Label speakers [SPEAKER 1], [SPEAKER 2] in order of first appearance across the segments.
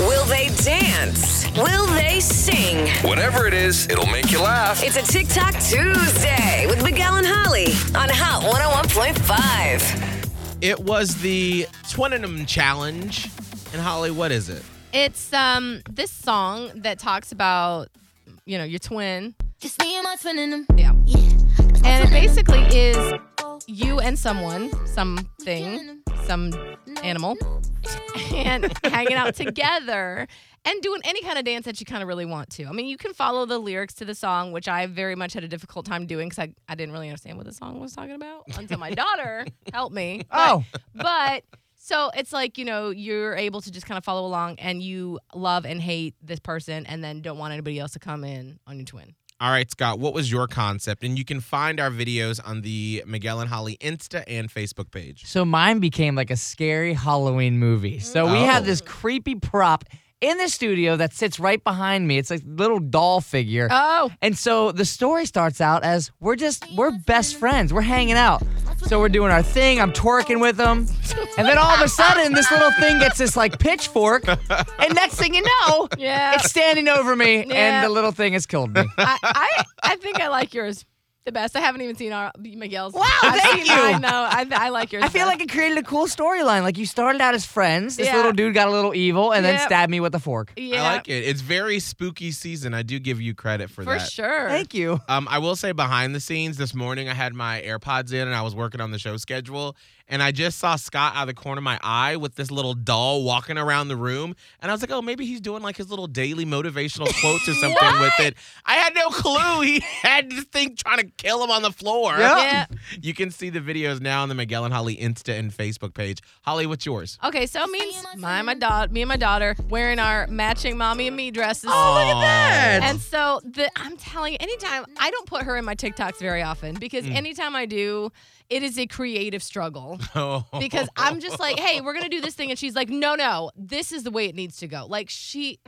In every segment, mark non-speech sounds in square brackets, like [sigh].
[SPEAKER 1] Will they dance? Will they sing?
[SPEAKER 2] Whatever it is, it'll make you laugh.
[SPEAKER 1] It's a TikTok Tuesday with Miguel and Holly on Hot 101.5.
[SPEAKER 3] It was the Twinenum Challenge. And Holly, what is it?
[SPEAKER 4] It's um this song that talks about you know your twin,
[SPEAKER 5] Just me and my twin in them.
[SPEAKER 4] yeah,
[SPEAKER 5] Yeah.
[SPEAKER 4] and it basically is you and someone, something, some animal, and hanging out together and doing any kind of dance that you kind of really want to. I mean, you can follow the lyrics to the song, which I very much had a difficult time doing because I, I didn't really understand what the song was talking about until my daughter
[SPEAKER 6] [laughs]
[SPEAKER 4] helped me. But-
[SPEAKER 3] Oh.
[SPEAKER 4] but so it's like you know you're able to just kind of follow along and you love and hate this person and then don't want anybody else to come in on your twin
[SPEAKER 3] All right, Scott, what was your concept? And you can find our videos on the Miguel and Holly Insta and Facebook page.
[SPEAKER 6] So mine became like a scary Halloween movie. So we
[SPEAKER 3] Oh.
[SPEAKER 6] have this creepy prop in the studio that sits right behind me. It's a little doll figure.
[SPEAKER 4] oh
[SPEAKER 6] And so the story starts out as we're just we're best friends. We're hanging out. So we're doing our thing. I'm twerking with them. And then all of a sudden this little thing gets this like pitchfork. And next thing you know,
[SPEAKER 4] Yeah.
[SPEAKER 6] it's standing over me
[SPEAKER 4] Yeah.
[SPEAKER 6] and the little thing has killed me.
[SPEAKER 4] [laughs] I, I i think i like yours the best i haven't even seen our miguel's
[SPEAKER 6] Wow,
[SPEAKER 4] I've seen
[SPEAKER 6] thank you.
[SPEAKER 4] mine, though. I, I like yours
[SPEAKER 6] I feel like it created a cool storyline. Like you started out as friends. This
[SPEAKER 4] Yeah.
[SPEAKER 6] little dude got a little evil and then
[SPEAKER 4] Yep.
[SPEAKER 6] stabbed me with a fork.
[SPEAKER 4] yeah
[SPEAKER 3] I like it. It's very spooky season. I do give you credit for,
[SPEAKER 4] for
[SPEAKER 3] that.
[SPEAKER 4] sure
[SPEAKER 6] Thank you.
[SPEAKER 3] Um, I will say behind the scenes, this morning I had my AirPods in and I was working on the show schedule. And I just saw Scott out of the corner of my eye with this little doll walking around the room. And I was like, oh, maybe he's doing like his little daily motivational quotes or something with it. I had no clue [laughs] he had this thing trying to kill him on the floor.
[SPEAKER 4] Yeah.
[SPEAKER 3] You can see the videos now on the Miguel and Holly Insta and Facebook page. Holly, what's yours?
[SPEAKER 4] Okay, so it means my, my da- me and my daughter wearing our matching mommy and me dresses.
[SPEAKER 3] Oh, look at that.
[SPEAKER 4] And so the I'm telling you, anytime I don't put her in my TikToks very often because anytime I do, it is a creative struggle.
[SPEAKER 3] Oh,
[SPEAKER 4] Because I'm just like, hey, we're gonna do this thing, and she's like, no, no, this is the way it needs to go. Like she,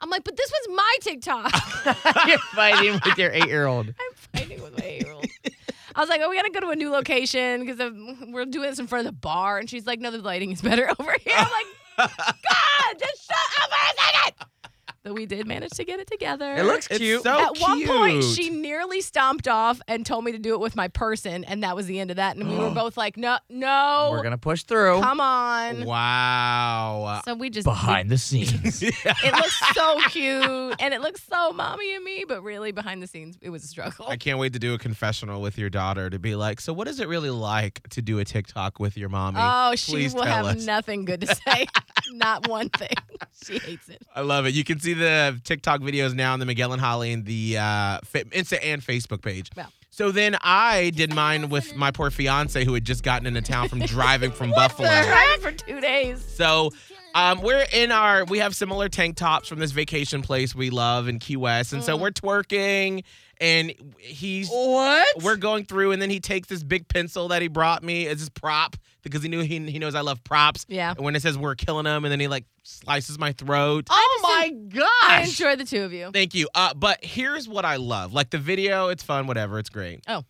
[SPEAKER 4] I'm like, but this was my TikTok.
[SPEAKER 6] [laughs] You're fighting with your eight year [laughs] old.
[SPEAKER 4] fighting with my eight-year-old. I was like, oh, we gotta go to a new location because we're doing this in front of the bar, and she's like, no, the lighting is better [laughs] over here. I'm like, God, just shut up for a second. But we did manage to get it together.
[SPEAKER 6] It looks
[SPEAKER 3] It's
[SPEAKER 6] cute.
[SPEAKER 3] so
[SPEAKER 4] At one point,
[SPEAKER 3] cute.
[SPEAKER 4] she nearly stomped off and told me to do it with my person, and that was the end of that. And we were both like, "No, no,
[SPEAKER 6] We're gonna push through
[SPEAKER 4] come
[SPEAKER 3] [laughs]
[SPEAKER 4] on."
[SPEAKER 3] Wow.
[SPEAKER 4] So we just
[SPEAKER 6] behind the scenes. [laughs]
[SPEAKER 4] it looks so cute, and it looks so mommy and me, but really behind the scenes, it was a struggle.
[SPEAKER 3] I can't wait to do a confessional with your daughter to be like, so what is it really like to do a TikTok with your mommy?
[SPEAKER 4] Oh, she
[SPEAKER 3] Please
[SPEAKER 4] will
[SPEAKER 3] tell
[SPEAKER 4] have
[SPEAKER 3] us.
[SPEAKER 4] nothing good to say. Not one thing. [laughs] She hates it.
[SPEAKER 3] I love it. You can see the TikTok videos now on the Miguel and Holly and the uh, fa- Insta and Facebook page.
[SPEAKER 4] Yeah.
[SPEAKER 3] So then I did mine with my poor fiance who had just gotten into town from driving
[SPEAKER 4] [laughs]
[SPEAKER 3] from Buffalo.
[SPEAKER 4] Driving for two days.
[SPEAKER 3] So um, we're in our we have similar tank tops from this vacation place we love in Key West, and
[SPEAKER 4] Mm.
[SPEAKER 3] so we're twerking, and he's
[SPEAKER 6] what?
[SPEAKER 3] we're going through, and then he takes this big pencil that he brought me as his prop because he knew he he knows I love props.
[SPEAKER 4] Yeah.
[SPEAKER 3] And when it says we're killing him, and then he like slices my throat.
[SPEAKER 6] Oh my
[SPEAKER 4] I
[SPEAKER 6] gosh!
[SPEAKER 4] enjoy the two of you.
[SPEAKER 3] Thank you. Uh, but here's what I love. Like the video, it's fun, whatever, it's great.
[SPEAKER 4] Oh.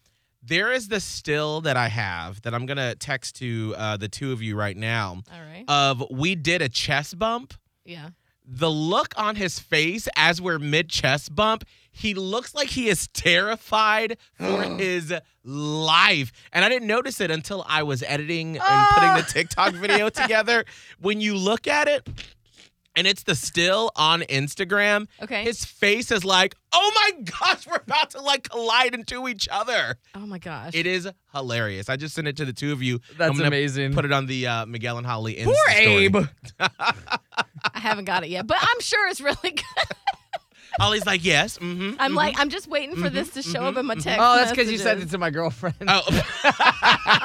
[SPEAKER 3] There is the still that I have that I'm gonna text to uh, the two of you right now
[SPEAKER 4] All right.
[SPEAKER 3] of we did a chest bump.
[SPEAKER 4] Yeah.
[SPEAKER 3] The look on his face as we're mid chest bump, he looks like he is terrified
[SPEAKER 6] [gasps]
[SPEAKER 3] for his life. And I didn't notice it until I was editing
[SPEAKER 6] Ah.
[SPEAKER 3] and putting the
[SPEAKER 6] [laughs]
[SPEAKER 3] TikTok video together. When you look at it, and it's the still on Instagram,
[SPEAKER 4] Okay.
[SPEAKER 3] his face is like, oh my gosh, we're about to like collide into each other.
[SPEAKER 4] oh my gosh.
[SPEAKER 3] It is hilarious. I just sent it to the two of you.
[SPEAKER 6] That's
[SPEAKER 3] I'm gonna
[SPEAKER 6] amazing.
[SPEAKER 3] Put it on the uh, Miguel and Holly Insta
[SPEAKER 6] Poor
[SPEAKER 3] story.
[SPEAKER 6] Abe.
[SPEAKER 4] I haven't got it yet, but I'm sure it's really [laughs] good.
[SPEAKER 3] Ollie's like, yes. Mm-hmm.
[SPEAKER 4] I'm like, I'm just waiting for this to show up in my text.
[SPEAKER 6] Oh, that's because you sent it
[SPEAKER 4] messages.
[SPEAKER 6] to my girlfriend. [laughs]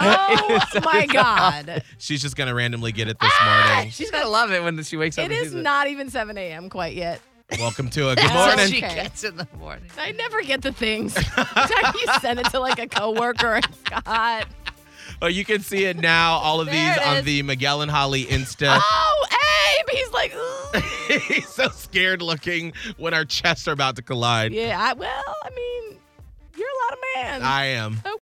[SPEAKER 3] Oh,
[SPEAKER 4] Oh my God.
[SPEAKER 3] she's just gonna randomly get it this
[SPEAKER 4] [laughs]
[SPEAKER 3] morning.
[SPEAKER 6] She's gonna love it when she wakes up.
[SPEAKER 4] It
[SPEAKER 6] and
[SPEAKER 4] is
[SPEAKER 6] sees it.
[SPEAKER 4] not even 7 a.m. quite yet.
[SPEAKER 3] Welcome to a good
[SPEAKER 6] So
[SPEAKER 3] morning.
[SPEAKER 6] she
[SPEAKER 4] Okay.
[SPEAKER 6] gets in the morning.
[SPEAKER 4] I never get the things. [laughs] you send it to like a coworker and Scott.
[SPEAKER 3] Oh, you can see it now. All of
[SPEAKER 4] There
[SPEAKER 3] these
[SPEAKER 4] it
[SPEAKER 3] on
[SPEAKER 4] is.
[SPEAKER 3] the Miguel and Holly
[SPEAKER 4] [laughs]
[SPEAKER 3] Insta. [laughs]
[SPEAKER 4] Oh, Abe! He's like, "Ugh."
[SPEAKER 3] He's so scared looking when our chests are about to collide.
[SPEAKER 4] yeah. I, well, I mean, you're a lot of man.
[SPEAKER 3] I am.